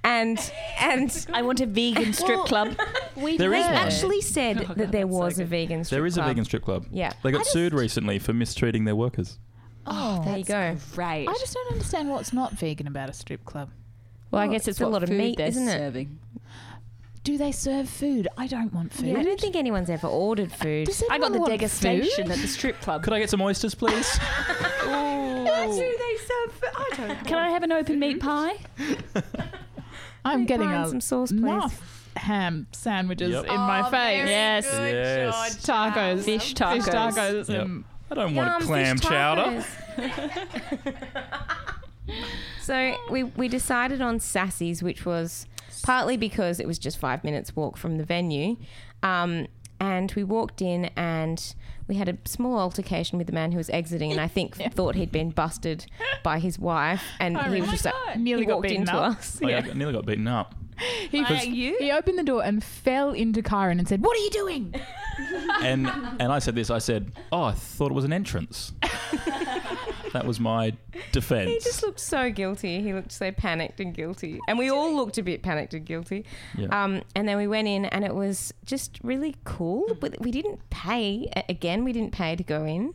Speaker 5: and and
Speaker 4: I want a vegan strip
Speaker 5: Well,
Speaker 4: club.
Speaker 6: We
Speaker 1: There
Speaker 5: they
Speaker 1: is one.
Speaker 5: actually said
Speaker 3: Oh,
Speaker 4: God,
Speaker 5: that there
Speaker 4: that's so
Speaker 5: was a
Speaker 4: good.
Speaker 5: vegan strip
Speaker 1: There is a
Speaker 5: club.
Speaker 1: vegan strip club.
Speaker 5: Yeah.
Speaker 1: They got
Speaker 5: I just-
Speaker 1: sued recently for mistreating their workers.
Speaker 3: Oh,
Speaker 5: There you go.
Speaker 4: Right.
Speaker 3: I just don't understand what's not vegan about a strip club.
Speaker 4: well, I
Speaker 5: Well,
Speaker 4: guess it's a lot of meat, isn't it? Serving.
Speaker 3: Do they serve food? I don't want food.
Speaker 5: I don't think anyone's ever ordered food.
Speaker 3: Does
Speaker 4: I got
Speaker 3: anyone
Speaker 4: the
Speaker 3: want
Speaker 4: degustation
Speaker 3: food?
Speaker 4: at the strip club.
Speaker 1: Could I get some oysters, please?
Speaker 5: they serve food? I don't
Speaker 4: Can Mm-hmm. I have an open meat pie?
Speaker 3: I'm getting
Speaker 5: find
Speaker 3: a
Speaker 5: some sauce, please?
Speaker 3: knife ham sandwiches
Speaker 1: Yep.
Speaker 3: in my
Speaker 6: Oh,
Speaker 3: face.
Speaker 6: very
Speaker 4: Yes.
Speaker 6: good,
Speaker 1: Yes.
Speaker 6: George.
Speaker 3: Tacos.
Speaker 4: Fish
Speaker 3: Fish
Speaker 4: tacos.
Speaker 3: tacos.
Speaker 1: Yep.
Speaker 3: and-
Speaker 1: I don't
Speaker 5: Yum,
Speaker 1: want
Speaker 5: fish
Speaker 1: clam chowder.
Speaker 5: tacos. so we, we decided on Sassy's, which was partly because it was just five minutes walk from the venue. Um, and we walked in and we had a small altercation with the man who was exiting and I think thought he'd been busted by his wife and
Speaker 3: I
Speaker 5: he was
Speaker 3: remember
Speaker 5: just like,
Speaker 3: that.
Speaker 5: he
Speaker 3: Nearly got
Speaker 5: walked
Speaker 3: beaten
Speaker 5: into
Speaker 3: up.
Speaker 5: us.
Speaker 1: I
Speaker 5: Yeah.
Speaker 1: got- nearly got beaten up.
Speaker 3: He, he opened the door and fell into Karen and said, What are you doing?
Speaker 1: And and I said this. I said, "Oh, I thought it was an entrance." that was my defence.
Speaker 5: He just looked so guilty. He looked so panicked and guilty. And we all looked a bit panicked and guilty.
Speaker 1: Yeah.
Speaker 5: Um, and then we went in, and it was just really cool. But we didn't pay a- again. We didn't pay to go in.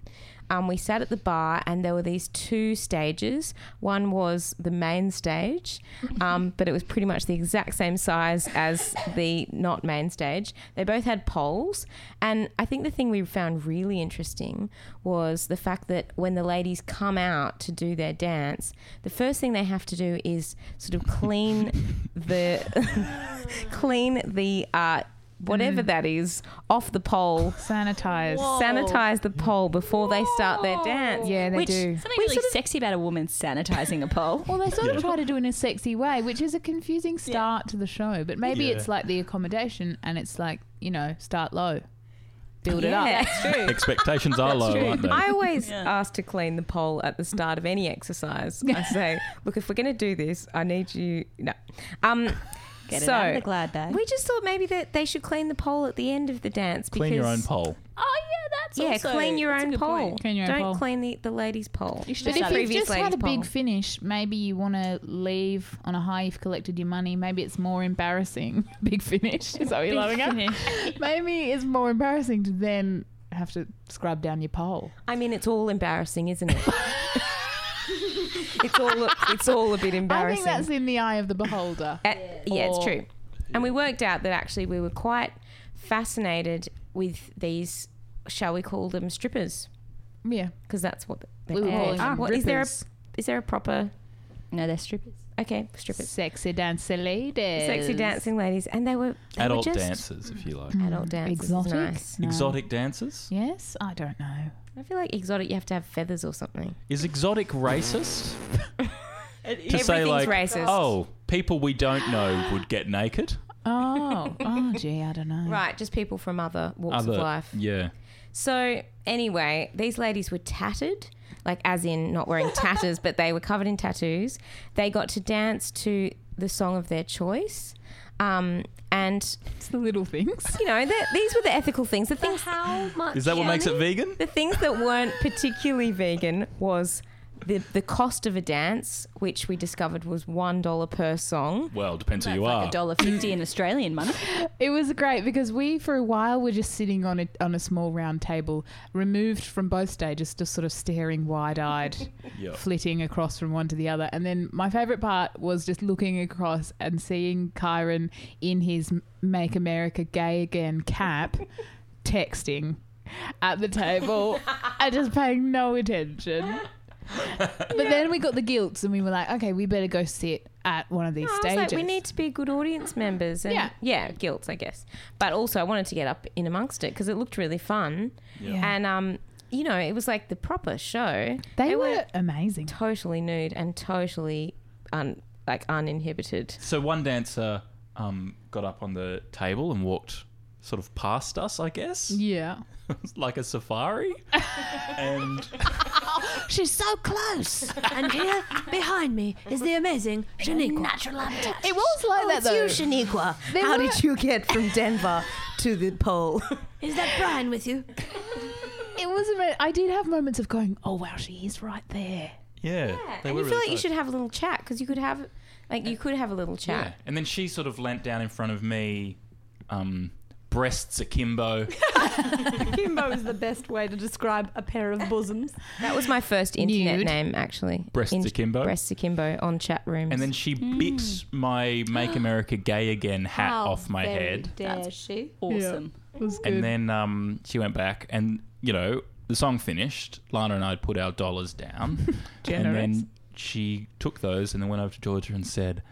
Speaker 5: Um, we sat at the bar, and there were these two stages. One was the main stage, um, but it was pretty much the exact same size as the not main stage. They both had poles, and I think the thing we found really interesting was the fact that when the ladies come out to do their dance, the first thing they have to do is sort of clean the clean the uh, whatever that is off the pole.
Speaker 3: Sanitize.
Speaker 5: Sanitize the pole before they start their dance.
Speaker 3: Yeah, they
Speaker 5: which
Speaker 3: do.
Speaker 4: Something
Speaker 5: We
Speaker 4: really
Speaker 5: sort of-
Speaker 4: sexy about a woman sanitizing a pole.
Speaker 3: Well, they sort
Speaker 1: Yeah.
Speaker 3: of try to do it in a sexy way, which is a confusing start to the show. But maybe
Speaker 1: Yeah.
Speaker 3: it's like the accommodation and it's like, you know, start low, build it up.
Speaker 5: Yeah.
Speaker 1: Expectations are low, aren't they?
Speaker 5: I always ask to clean the pole at the start of any exercise. I say, look, if we're going to do this, I need you. No. Um,
Speaker 4: Get it
Speaker 5: so
Speaker 4: out of the glad bag.
Speaker 5: we just thought maybe that they should clean the pole at the end of the dance.
Speaker 1: Clean your own
Speaker 5: because-
Speaker 1: pole.
Speaker 4: oh yeah, that's
Speaker 5: Yeah,
Speaker 4: also-
Speaker 5: clean your
Speaker 4: that's a
Speaker 5: own
Speaker 4: good
Speaker 5: pole.
Speaker 4: point.
Speaker 3: Clean your own
Speaker 5: Don't
Speaker 3: pole.
Speaker 5: clean the, the lady's pole.
Speaker 4: You should
Speaker 3: But
Speaker 4: have
Speaker 3: if
Speaker 4: started
Speaker 3: you've
Speaker 5: Previous
Speaker 3: just had a
Speaker 5: lady's
Speaker 3: big
Speaker 5: poll.
Speaker 3: finish, maybe you want to leave on a high. You've collected your money. Maybe it's more embarrassing. Big finish. Is that what you're loving it? Maybe it's more embarrassing to then have to scrub down your pole.
Speaker 5: I mean, it's all embarrassing, isn't it? it's all it's all a bit
Speaker 3: I
Speaker 5: embarrassing.
Speaker 3: think that's in the eye of the beholder.
Speaker 5: Uh, yeah, it's
Speaker 3: Or-
Speaker 5: true. And we worked out that actually we were quite fascinated with these, shall we call them strippers?
Speaker 3: Yeah.
Speaker 5: Because that's what they're
Speaker 3: We were
Speaker 5: called.
Speaker 3: calling
Speaker 5: Ah,
Speaker 3: them
Speaker 5: what- is there a
Speaker 3: rippers.
Speaker 5: is there a proper
Speaker 4: No, they're strippers.
Speaker 5: okay strippers,
Speaker 3: Sexy dancer ladies.
Speaker 5: sexy dancing ladies, and they were they were
Speaker 1: Adult
Speaker 5: just- Mm.
Speaker 1: dancers, if you like.
Speaker 5: Adult dancers is
Speaker 3: Exotic.
Speaker 5: nice.
Speaker 3: No.
Speaker 1: Exotic dancers.
Speaker 3: Yes, I don't know.
Speaker 5: I feel like exotic. You have to have feathers or something.
Speaker 1: Is exotic racist? to say
Speaker 5: Everything's
Speaker 1: like,
Speaker 5: racist.
Speaker 1: oh, people we don't know would get naked.
Speaker 3: Oh, oh, gee, I don't know.
Speaker 5: Right, just people from other walks
Speaker 1: Other,
Speaker 5: of life.
Speaker 1: yeah.
Speaker 5: So anyway, these ladies were tattered, like as in not wearing tatters, but they were covered in tattoos. They got to dance to the song of their choice. Um, and
Speaker 3: It's the little things.
Speaker 5: you know that these were the ethical things. The things,
Speaker 6: How much?
Speaker 1: Is that what makes it
Speaker 6: money?
Speaker 1: vegan?
Speaker 5: the things that weren't particularly vegan was the the cost of a dance, which we discovered was one dollar per song.
Speaker 1: Well, depends who you
Speaker 4: Like
Speaker 1: are.
Speaker 4: a dollar fifty in Australian money.
Speaker 3: It was great because we, for a while, were just sitting on a on a small round table, removed from both stages, just sort of staring wide eyed,
Speaker 1: Yeah.
Speaker 3: flitting across from one to the other. And then my favourite part was just looking across and seeing Kyron in his "Make America Gay Again" cap, texting at the table and just paying no attention. But then we got the guilts and we were like, okay, we better go sit at one of these
Speaker 5: Ah, I was
Speaker 3: stages.
Speaker 5: like, we need to be good audience members. And
Speaker 3: Yeah.
Speaker 5: yeah. guilt, I guess. But also, I wanted to get up in amongst it because it looked really fun.
Speaker 1: Yeah.
Speaker 5: And, um, you know, it was like the proper show.
Speaker 3: they were amazing.
Speaker 5: totally nude and totally un- like uninhibited.
Speaker 1: So one dancer um, got up on the table and walked sort of past us, I guess,
Speaker 3: Yeah.
Speaker 1: like a safari. and
Speaker 2: She's so close. and here, behind me, is the amazing Shaniqua. Natural habitat.
Speaker 3: It was like
Speaker 2: oh,
Speaker 3: that
Speaker 2: it's
Speaker 3: though.
Speaker 2: you, Shaniqua.
Speaker 3: They
Speaker 2: How
Speaker 3: were-
Speaker 2: did you get from Denver to the pole? Is that Brian with you?
Speaker 3: It was. ama- I did have moments of going, "Oh wow, she is right there."
Speaker 1: yeah, they
Speaker 5: and
Speaker 1: were
Speaker 5: you
Speaker 1: really
Speaker 5: feel like you
Speaker 1: close.
Speaker 5: should have a little chat because you could have, like, you could have a little
Speaker 1: Yeah.
Speaker 5: chat.
Speaker 1: And then she sort of leant down in front of me, um, breasts akimbo.
Speaker 6: Kimbo is the best way to describe a pair of bosoms.
Speaker 5: That was my first internet
Speaker 3: Nude.
Speaker 5: name, actually.
Speaker 1: Breasts akimbo?
Speaker 5: Breasts Akimbo on chat rooms.
Speaker 1: And then she bit my Make America Gay Again hat
Speaker 6: Mm. How
Speaker 1: off my
Speaker 6: very
Speaker 1: head.
Speaker 6: Dare she?
Speaker 4: Awesome.
Speaker 3: It was good.
Speaker 1: And then um, she went back, and you know, the song finished. Lana and I had put our dollars down, and
Speaker 3: Generous.
Speaker 1: then she took those and then went over to Georgia and said,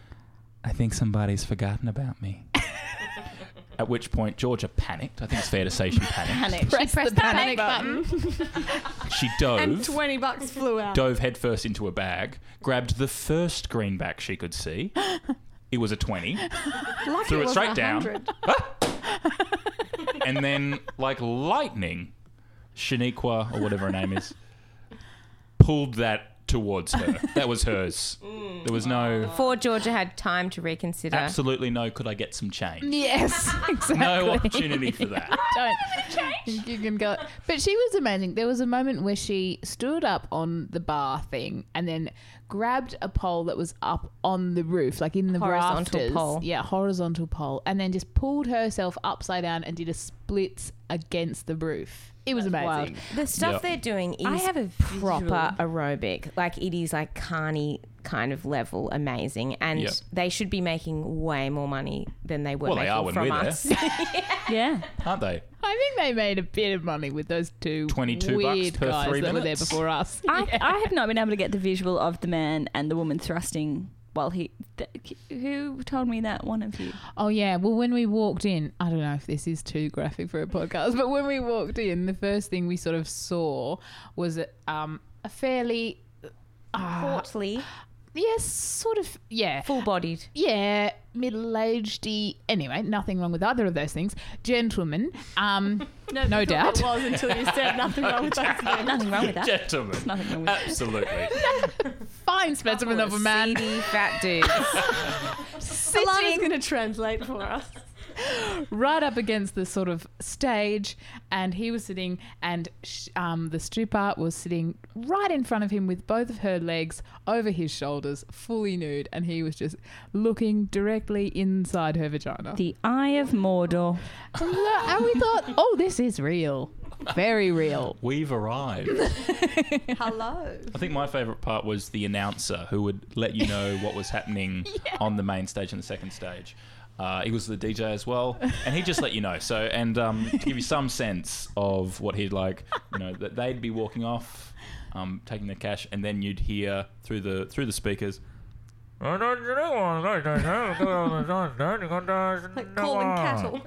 Speaker 1: "I think somebody's forgotten about me." At which point Georgia panicked. I think it's fair to say she panicked.
Speaker 4: Panic.
Speaker 6: Press, the panic, button.
Speaker 1: She dove.
Speaker 6: And 20 bucks flew out.
Speaker 1: dove headfirst into a bag, grabbed the first greenback she could see. It was a 20,
Speaker 6: Lucky
Speaker 1: threw it
Speaker 6: was
Speaker 1: straight down,
Speaker 6: 100.
Speaker 1: and then, like lightning, Shaniqua, or whatever her name is, pulled that towards her. That was hers. There was no,
Speaker 5: Before Georgia had time to reconsider.
Speaker 1: absolutely no, could I get some change?
Speaker 3: Yes, exactly.
Speaker 1: No opportunity for that.
Speaker 3: don't. You can go. But she was amazing. There was a moment where she stood up on the bar thing and then grabbed a pole that was up on the roof, like in the
Speaker 5: Horizontal
Speaker 3: rafters.
Speaker 5: pole.
Speaker 3: Yeah, horizontal pole, and then just pulled herself upside down and did a splits against the roof. It was
Speaker 4: wild.
Speaker 3: amazing.
Speaker 5: The stuff
Speaker 1: Yeah.
Speaker 5: they're doing is
Speaker 4: I have a
Speaker 5: proper
Speaker 4: visual.
Speaker 5: aerobic. Like it is like carny kind of level amazing. And
Speaker 1: Yeah.
Speaker 5: they should be making way more money than they were
Speaker 1: Well, they
Speaker 5: making
Speaker 1: are when
Speaker 5: from
Speaker 1: we're there.
Speaker 5: us.
Speaker 4: Yeah.
Speaker 1: Aren't they?
Speaker 3: I think they made a bit of money with those two
Speaker 1: 22 bucks
Speaker 3: weird
Speaker 1: per
Speaker 3: guys
Speaker 1: three
Speaker 3: that were there
Speaker 1: minutes.
Speaker 3: before us.
Speaker 4: I, I have not been able to get the visual of the man and the woman thrusting while he. Th- who told me that? One of you.
Speaker 3: Oh yeah. Well, when we walked in, I don't know if this is too graphic for a podcast, but when we walked in, the first thing we sort of saw was um, a fairly
Speaker 4: Ah.
Speaker 3: uh,
Speaker 5: Portly,
Speaker 3: yes, sort of yeah,
Speaker 5: full bodied.
Speaker 3: yeah, middle-aged. Anyway, nothing wrong with either of those things. Gentleman, um, no doubt.
Speaker 4: was until you said nothing wrong with that. nothing wrong with that.
Speaker 1: Gentlemen.
Speaker 4: Nothing wrong with that.
Speaker 1: Absolutely.
Speaker 3: fine specimen of a man
Speaker 5: Seedy, fat dude.
Speaker 6: Alana's
Speaker 3: sitting
Speaker 6: going to translate for us.
Speaker 3: right up against the sort of stage, and he was sitting, and sh- um, the stripper was sitting right in front of him with both of her legs over his shoulders, fully nude, and he was just looking directly inside her vagina.
Speaker 4: The Eye of Mordor.
Speaker 3: and lo- and we thought, oh, this is real, very real.
Speaker 1: We've arrived.
Speaker 6: Hello.
Speaker 1: I think my favourite part was the announcer who would let you know what was happening on the main stage and the second stage. Uh, he was the DJ as well, and he just let you know. So, and um, to give you some sense of what he'd like, you know, that they'd be walking off, um, taking their cash, and then you'd hear through the through the speakers,
Speaker 6: Like calling cattle.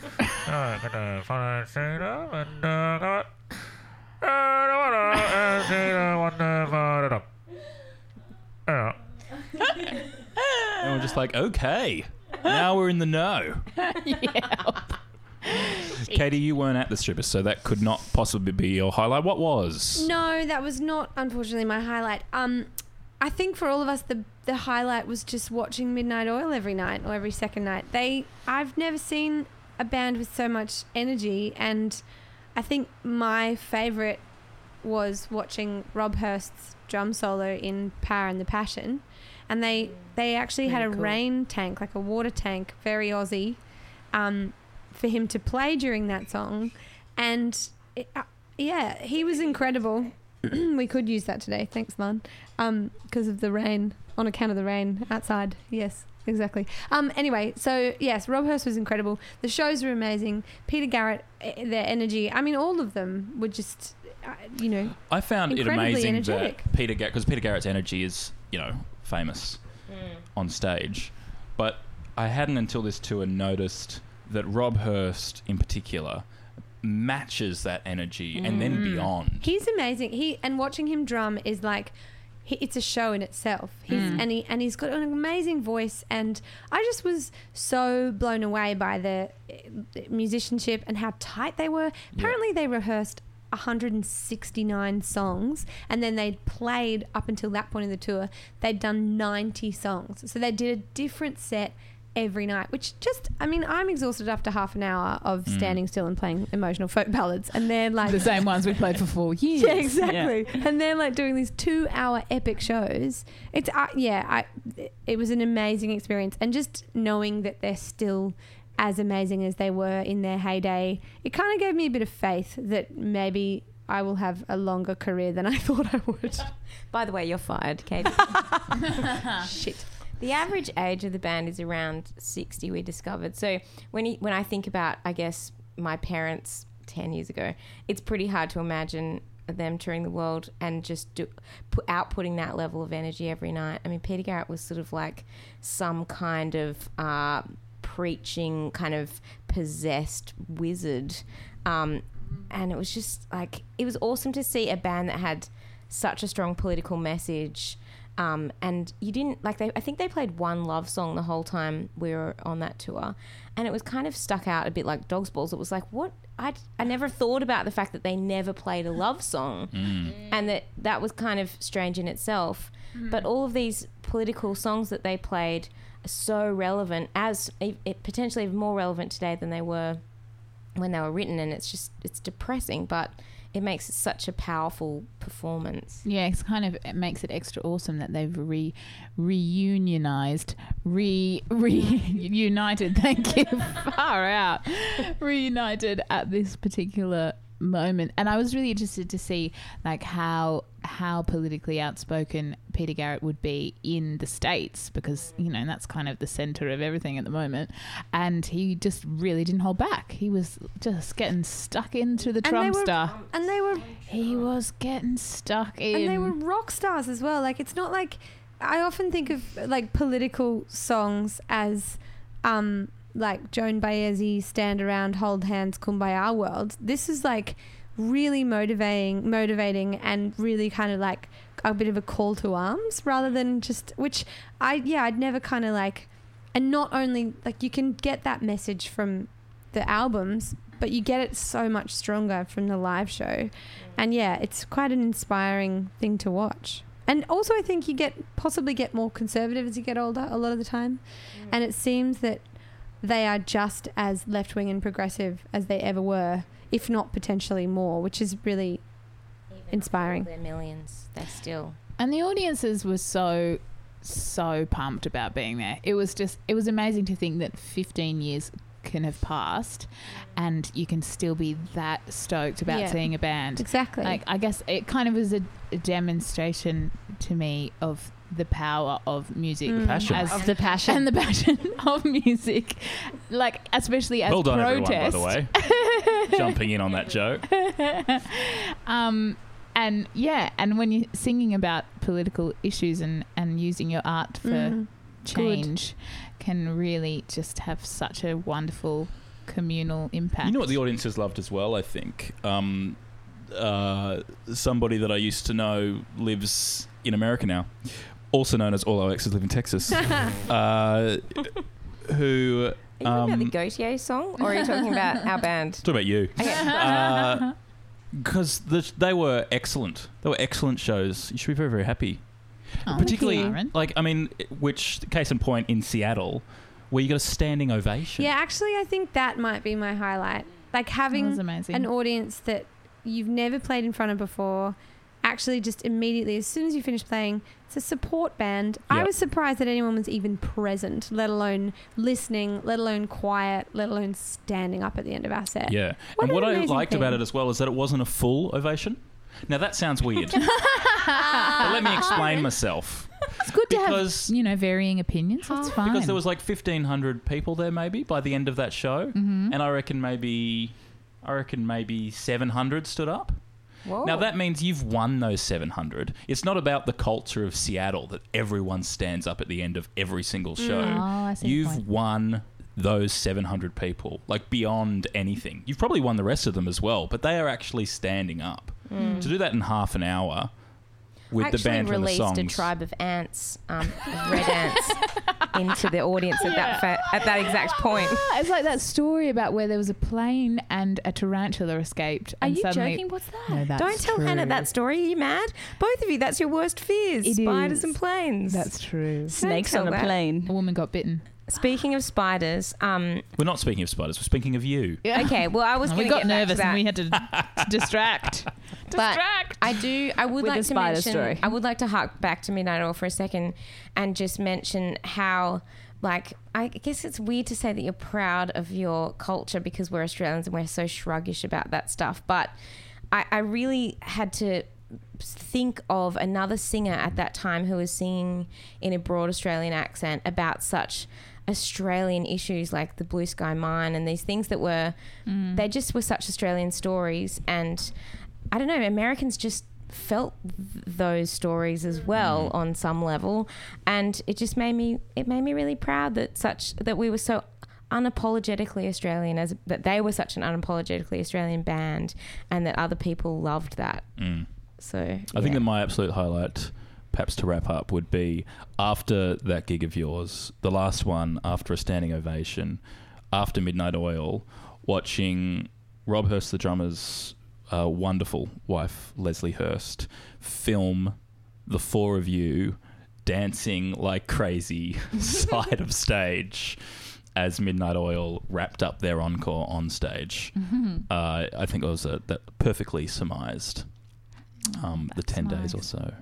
Speaker 1: and we're just like, okay, now we're in the know. Katie, you weren't at the strippers, so that could not possibly be your highlight. What was?
Speaker 6: No, that was not unfortunately my highlight. Um, I think for all of us, the the highlight was just watching Midnight Oil every night or every second night. They, I've never seen a band with so much energy, and I think my favorite was watching Rob Hurst's drum solo in Power and the Passion, and they they actually had a
Speaker 5: Really cool.
Speaker 6: rain tank, like a water tank, very Aussie, um, for him to play during that song, and. It, I- yeah, he was incredible. we could use that today. Thanks, Lon. Um, because of the rain, on account of the rain outside. Yes, exactly. Um, anyway, so yes, Rob Hurst was incredible. The shows were amazing. Peter Garrett, eh, their energy. I mean, all of them were just, uh, you know,
Speaker 1: I found it
Speaker 6: Incredibly
Speaker 1: amazing
Speaker 6: energetic.
Speaker 1: that Peter because Peter Garrett's energy is you know famous
Speaker 6: Mm.
Speaker 1: on stage, but I hadn't until this tour noticed that Rob Hurst in particular matches that energy and
Speaker 6: Mm.
Speaker 1: then beyond.
Speaker 6: he's amazing. He and watching him drum is like. He, it's a show in itself, he's, and he and he's got an amazing voice, and I just was so blown away by the eh, musicianship and how tight they were. Apparently, they rehearsed 169 songs, and then they played up until that point in the tour. They'd done 90 songs, so they did a different set every night. Which just, I mean, I'm exhausted after half an hour of standing still and playing emotional folk ballads, and they're like
Speaker 3: The same ones we played for four years.
Speaker 6: yeah, exactly. And they're like doing these two-hour epic shows. It's uh, yeah, I, it was an amazing experience, and just knowing that they're still as amazing as they were in their heyday, it kind of gave me a bit of faith that maybe I will have a longer career than I thought I would.
Speaker 5: By the way, you're fired, Katie. Shit. The average age of the band is around 60, we discovered. So when, he, when I think about, I guess, my parents 10 years ago, it's pretty hard to imagine them touring the world and just do, put, outputting that level of energy every night. I mean, Peter Garrett was sort of like some kind of uh, preaching kind of possessed wizard. Um, and it was just like, it was awesome to see a band that had such a strong political message. Um, and you didn't like they. I think they played one love song the whole time we were on that tour, and it was kind of stuck out a bit like Dog's Balls. It was like, what? I I never thought about the fact that they never played a love song,
Speaker 1: Mm.
Speaker 5: and that that was kind of strange in itself. But all of these political songs that they played are so relevant, as e- it, potentially even more relevant today than they were when they were written, and it's just it's depressing, but it makes it such a powerful performance.
Speaker 3: Yeah, it's kind of it makes it extra awesome that they've re reunionized, re reunited. Thank you, far out, reunited at this particular moment. And I was really interested to see like how how politically outspoken Peter Garrett would be in the states because you know that's kind of the center of everything at the moment. And he just really didn't hold back. He was just getting stuck into the
Speaker 6: they
Speaker 3: Trump
Speaker 6: were-
Speaker 3: stuff.
Speaker 6: And they were
Speaker 3: He was getting stuck in.
Speaker 6: and they were rock stars as well. Like it's not like I often think of like political songs as um like Joan Baez's "Stand Around, Hold Hands, Kumbaya" world. This is like really motivating, motivating, and really kind of like a bit of a call to arms rather than just which I yeah I'd never kind of like and not only like you can get that message from the albums but you get it so much stronger from the live show and yeah it's quite an inspiring thing to watch and also i think you get possibly get more conservative as you get older a lot of the time and it seems that they are just as left-wing and progressive as they ever were if not potentially more which is really Inspiring.
Speaker 5: They're millions. They're still.
Speaker 3: and the audiences were so so pumped about being there it was just it was amazing to think that 15 years can have passed and you can still be that stoked about
Speaker 6: Yeah.
Speaker 3: seeing a band
Speaker 6: exactly
Speaker 3: like i guess it kind of was a, a demonstration to me of the power of music
Speaker 6: Mm.
Speaker 1: Passion.
Speaker 3: as
Speaker 4: Of the passion.
Speaker 3: and the passion of music like especially as
Speaker 1: well done,
Speaker 3: protest
Speaker 1: everyone. By the way, jumping in on that joke.
Speaker 3: um, and yeah, and when you're singing about political issues and, and using your art for
Speaker 6: Mhm.
Speaker 3: change can really just have such a wonderful communal impact.
Speaker 1: You know what the audiences loved as well, I think? Um, uh, somebody that I used to know lives in America now, also known as All Our Exes Live in Texas,
Speaker 6: Mm.
Speaker 1: uh, who.
Speaker 5: Are you talking about
Speaker 1: Um,
Speaker 5: the Gautier song, or are you talking about our band?
Speaker 1: Talk about you. Because the, they were excellent. They were excellent shows. You should be very, very happy.
Speaker 3: Oh,
Speaker 1: Particularly,
Speaker 3: Aaron.
Speaker 1: like, I mean, which, case in point, in Seattle, where you got a standing ovation.
Speaker 6: yeah actually i think that might be my highlight like
Speaker 3: That
Speaker 6: having
Speaker 3: was amazing.
Speaker 6: an audience that you've never played in front of before actually just immediately as soon as you finish playing it's a support band i
Speaker 1: Yep.
Speaker 6: was surprised that anyone was even present let alone listening let alone quiet let alone standing up at the end of our set
Speaker 1: Yeah.
Speaker 6: What
Speaker 1: and
Speaker 6: an
Speaker 1: what I
Speaker 6: amazing
Speaker 1: liked about
Speaker 6: thing.
Speaker 1: it as well is that it wasn't a full ovation. Now that sounds weird. but let me explain myself.
Speaker 3: it's good to have
Speaker 1: Because
Speaker 3: you know varying opinions. That's fine.
Speaker 1: because there was like 1500 people there maybe by the end of that show
Speaker 6: Mm-hmm.
Speaker 3: Mhm.
Speaker 1: and I reckon maybe I reckon maybe 700 stood up.
Speaker 5: Whoa.
Speaker 1: Now that means you've won those 700. It's not about the culture of Seattle that everyone stands up at the end of every single show.
Speaker 5: Mm.
Speaker 3: Oh,
Speaker 5: Ah,
Speaker 3: I see your
Speaker 1: You've
Speaker 3: point.
Speaker 1: won those 700 people, like beyond anything. You've probably won the rest of them as well, but they are actually standing up. To do that in half an hour with
Speaker 5: I Mm. actually
Speaker 1: the band and the
Speaker 5: released
Speaker 1: songs.
Speaker 5: a tribe of ants, um, of red ants, into the audience at that fa- at that exact point.
Speaker 3: Ah, it's like that story about where there was a plane and a tarantula escaped.
Speaker 4: Are
Speaker 3: and
Speaker 4: you
Speaker 3: suddenly,
Speaker 4: joking? What's that?
Speaker 3: No, that's
Speaker 5: Don't tell
Speaker 3: true.
Speaker 5: Hannah that story. Are you mad? Both of you. That's your worst fears:
Speaker 3: It
Speaker 5: spiders
Speaker 3: is.
Speaker 5: and planes.
Speaker 3: That's true.
Speaker 4: Snakes
Speaker 5: Don't
Speaker 4: on
Speaker 5: tell
Speaker 4: a
Speaker 5: that.
Speaker 3: A
Speaker 4: plane.
Speaker 3: woman got bitten.
Speaker 5: Speaking of spiders, um,
Speaker 1: We're not speaking of spiders, we're speaking of you.
Speaker 5: okay. Well, I was.
Speaker 3: And we
Speaker 5: gonna
Speaker 3: got
Speaker 5: get back to
Speaker 3: nervous and
Speaker 5: that.
Speaker 3: we had to distract.
Speaker 5: But-
Speaker 3: distract.
Speaker 5: I do. I would
Speaker 4: With
Speaker 5: like
Speaker 4: the
Speaker 5: to
Speaker 4: spider
Speaker 5: mention.
Speaker 4: story.
Speaker 5: I would like to hark back to Midnight Oil for a second, and just mention how, like, I guess it's weird to say that you're proud of your culture because we're Australians and we're so shruggish about that stuff. But I, I really had to think of another singer at that time who was singing in a broad Australian accent about such Australian issues like the Blue Sky Mine and these things that were they just were such Australian stories and I don't know Americans just felt th- those stories as well on some level and it just made me it made me really proud that such that we were so unapologetically Australian as that they were such an unapologetically Australian band and that other people loved that.
Speaker 1: Mm.
Speaker 5: So I
Speaker 1: I think that my absolute highlight, perhaps to wrap up, would be after that gig of yours, the last one after a standing ovation, after Midnight Oil, watching Rob Hurst, the drummer's uh, wonderful wife, Leslie Hurst, film the four of you dancing like crazy side of stage as Midnight Oil wrapped up their encore on stage.
Speaker 3: Mm-hmm.
Speaker 1: Uh, I think it was a, that perfectly surmised um, the 10 days or so.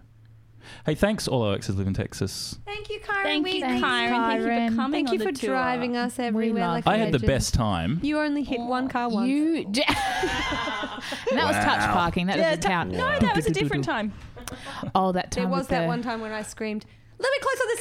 Speaker 1: Hey, thanks, All OX Live in Texas.
Speaker 6: Thank you, Kyron.
Speaker 4: Thank you,
Speaker 6: Wheatley.
Speaker 3: Thanks,
Speaker 4: Kyron. Thank you
Speaker 3: Kyron.
Speaker 4: for coming
Speaker 6: Thank you
Speaker 4: on
Speaker 6: for
Speaker 4: the tour.
Speaker 6: driving us everywhere.
Speaker 3: love
Speaker 6: like
Speaker 3: you.
Speaker 6: a
Speaker 1: I had the
Speaker 6: legend.
Speaker 1: best time.
Speaker 6: You only hit one car once.
Speaker 3: You. j- And that was touch
Speaker 1: Wow.
Speaker 3: parking. That
Speaker 4: Yeah,
Speaker 3: doesn't
Speaker 4: ta-
Speaker 3: count.
Speaker 4: No, that was a different time.
Speaker 3: Oh, that time.
Speaker 6: there was
Speaker 3: with
Speaker 6: that
Speaker 3: the-
Speaker 6: one time when I screamed, "A little bit closer this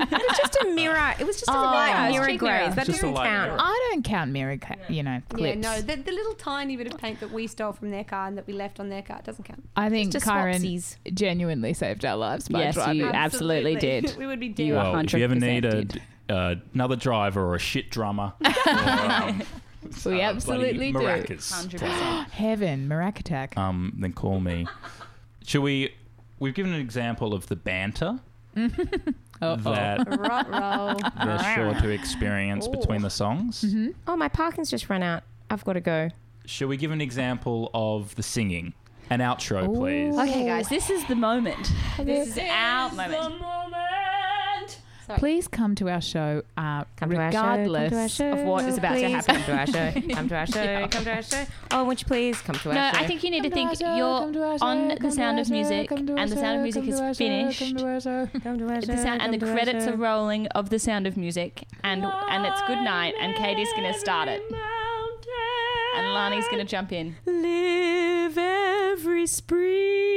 Speaker 5: it was just a mirror. It was just a
Speaker 3: Oh,
Speaker 5: light
Speaker 3: it's
Speaker 5: mirror
Speaker 3: cheap mirror.
Speaker 5: graze. That
Speaker 1: Just a
Speaker 5: doesn't
Speaker 1: light
Speaker 5: count.
Speaker 1: mirror.
Speaker 3: I don't count mirror, ca- you know,
Speaker 6: yeah,
Speaker 3: clips.
Speaker 6: no, the, the little tiny bit of paint that we stole from their car and that we left on their car it doesn't count.
Speaker 3: I think
Speaker 5: Just
Speaker 3: Kyron
Speaker 5: swapsies.
Speaker 3: genuinely saved our lives by
Speaker 4: Yes,
Speaker 3: driving.
Speaker 4: you absolutely did.
Speaker 6: we would be
Speaker 4: You
Speaker 6: dead.
Speaker 4: are
Speaker 1: well, if you ever
Speaker 4: 100%
Speaker 1: need a,
Speaker 4: did.
Speaker 1: uh, another driver or a shit drummer, or, um,
Speaker 3: we
Speaker 1: uh,
Speaker 3: absolutely
Speaker 1: bloody
Speaker 3: do.
Speaker 1: maracas,
Speaker 3: Heaven, Maracatak.
Speaker 1: um, then call me. Should we? We've given an example of the banter that
Speaker 6: Rot roll.
Speaker 1: they're sure to experience between the songs.
Speaker 5: Oh, my parking's just run out. I've got to go.
Speaker 1: Shall we give an example of the singing? An outro, please.
Speaker 4: Okay, guys, this is the moment. This is our moment.
Speaker 3: Please come to our show, uh,
Speaker 5: Come to our show, come to our
Speaker 3: regardless
Speaker 5: show.
Speaker 3: of what is about to
Speaker 5: Please
Speaker 3: happen.
Speaker 5: Come to our show. Come to our show. Come to our show. Oh, would you please come to our
Speaker 4: No,
Speaker 5: show?
Speaker 4: I think you need to
Speaker 3: Come
Speaker 4: think
Speaker 3: to our show,
Speaker 4: you're
Speaker 3: come to our show,
Speaker 4: on
Speaker 3: come
Speaker 4: the
Speaker 3: to
Speaker 4: sound
Speaker 3: our
Speaker 4: of
Speaker 3: show,
Speaker 4: music,
Speaker 3: come to our
Speaker 4: and the sound of
Speaker 3: show,
Speaker 4: music
Speaker 3: come to
Speaker 4: is
Speaker 3: our show,
Speaker 4: finished.
Speaker 3: Come to our show.
Speaker 5: Come to our show.
Speaker 4: The sound and the
Speaker 5: come to our
Speaker 4: credits
Speaker 5: show.
Speaker 4: are rolling of the sound of music, and and it's good night, and Katie's gonna start it, and Lani's gonna jump in.
Speaker 5: Live every Oh. spree.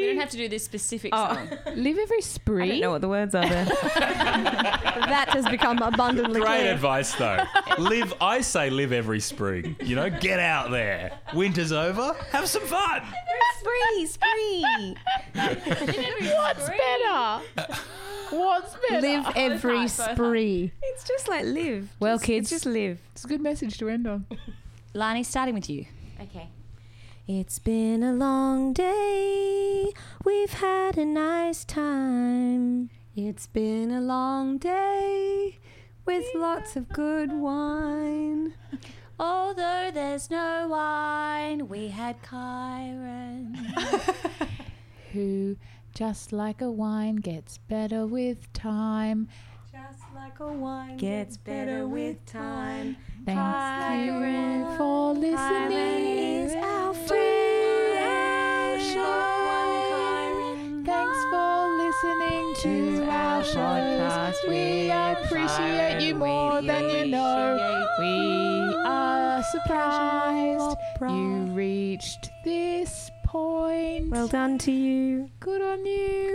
Speaker 4: We don't have to do this specific song.
Speaker 3: Live every spree.
Speaker 5: I don't know what the words are there.
Speaker 6: that has become abundantly
Speaker 1: Great
Speaker 6: clear.
Speaker 1: advice, though. live, I say, live every spring. You know, get out there. Winter's over. Have some fun.
Speaker 5: spree, spree.
Speaker 3: What's better? What's better?
Speaker 6: Live every spree.
Speaker 5: It's just like live.
Speaker 3: Well,
Speaker 5: Just-
Speaker 3: kids.
Speaker 5: Just live.
Speaker 3: It's a good message to end on.
Speaker 4: Lani, starting with you.
Speaker 5: Okay. It's been a long day. We've had a nice time.
Speaker 6: It's been a long day with lots of good wine.
Speaker 4: Although there's no wine, we had Kyron.
Speaker 3: Who, just like a wine, gets better with time.
Speaker 6: Just like a wine
Speaker 5: Gets better with
Speaker 6: time.
Speaker 3: Thanks Kyron, for listening.
Speaker 5: is our
Speaker 3: To
Speaker 5: friend.
Speaker 3: Thanks for listening to our podcast. We appreciate you more than you know. We are surprised you reached this point.
Speaker 5: Well done to you.
Speaker 3: Good on you.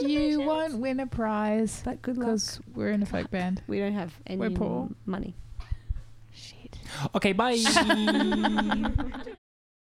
Speaker 5: Good on you.
Speaker 3: You won't win a prize
Speaker 6: But good luck.
Speaker 3: because we're in a folk band.
Speaker 6: We don't have any
Speaker 3: We're poor.
Speaker 6: money.
Speaker 1: Okay, bye.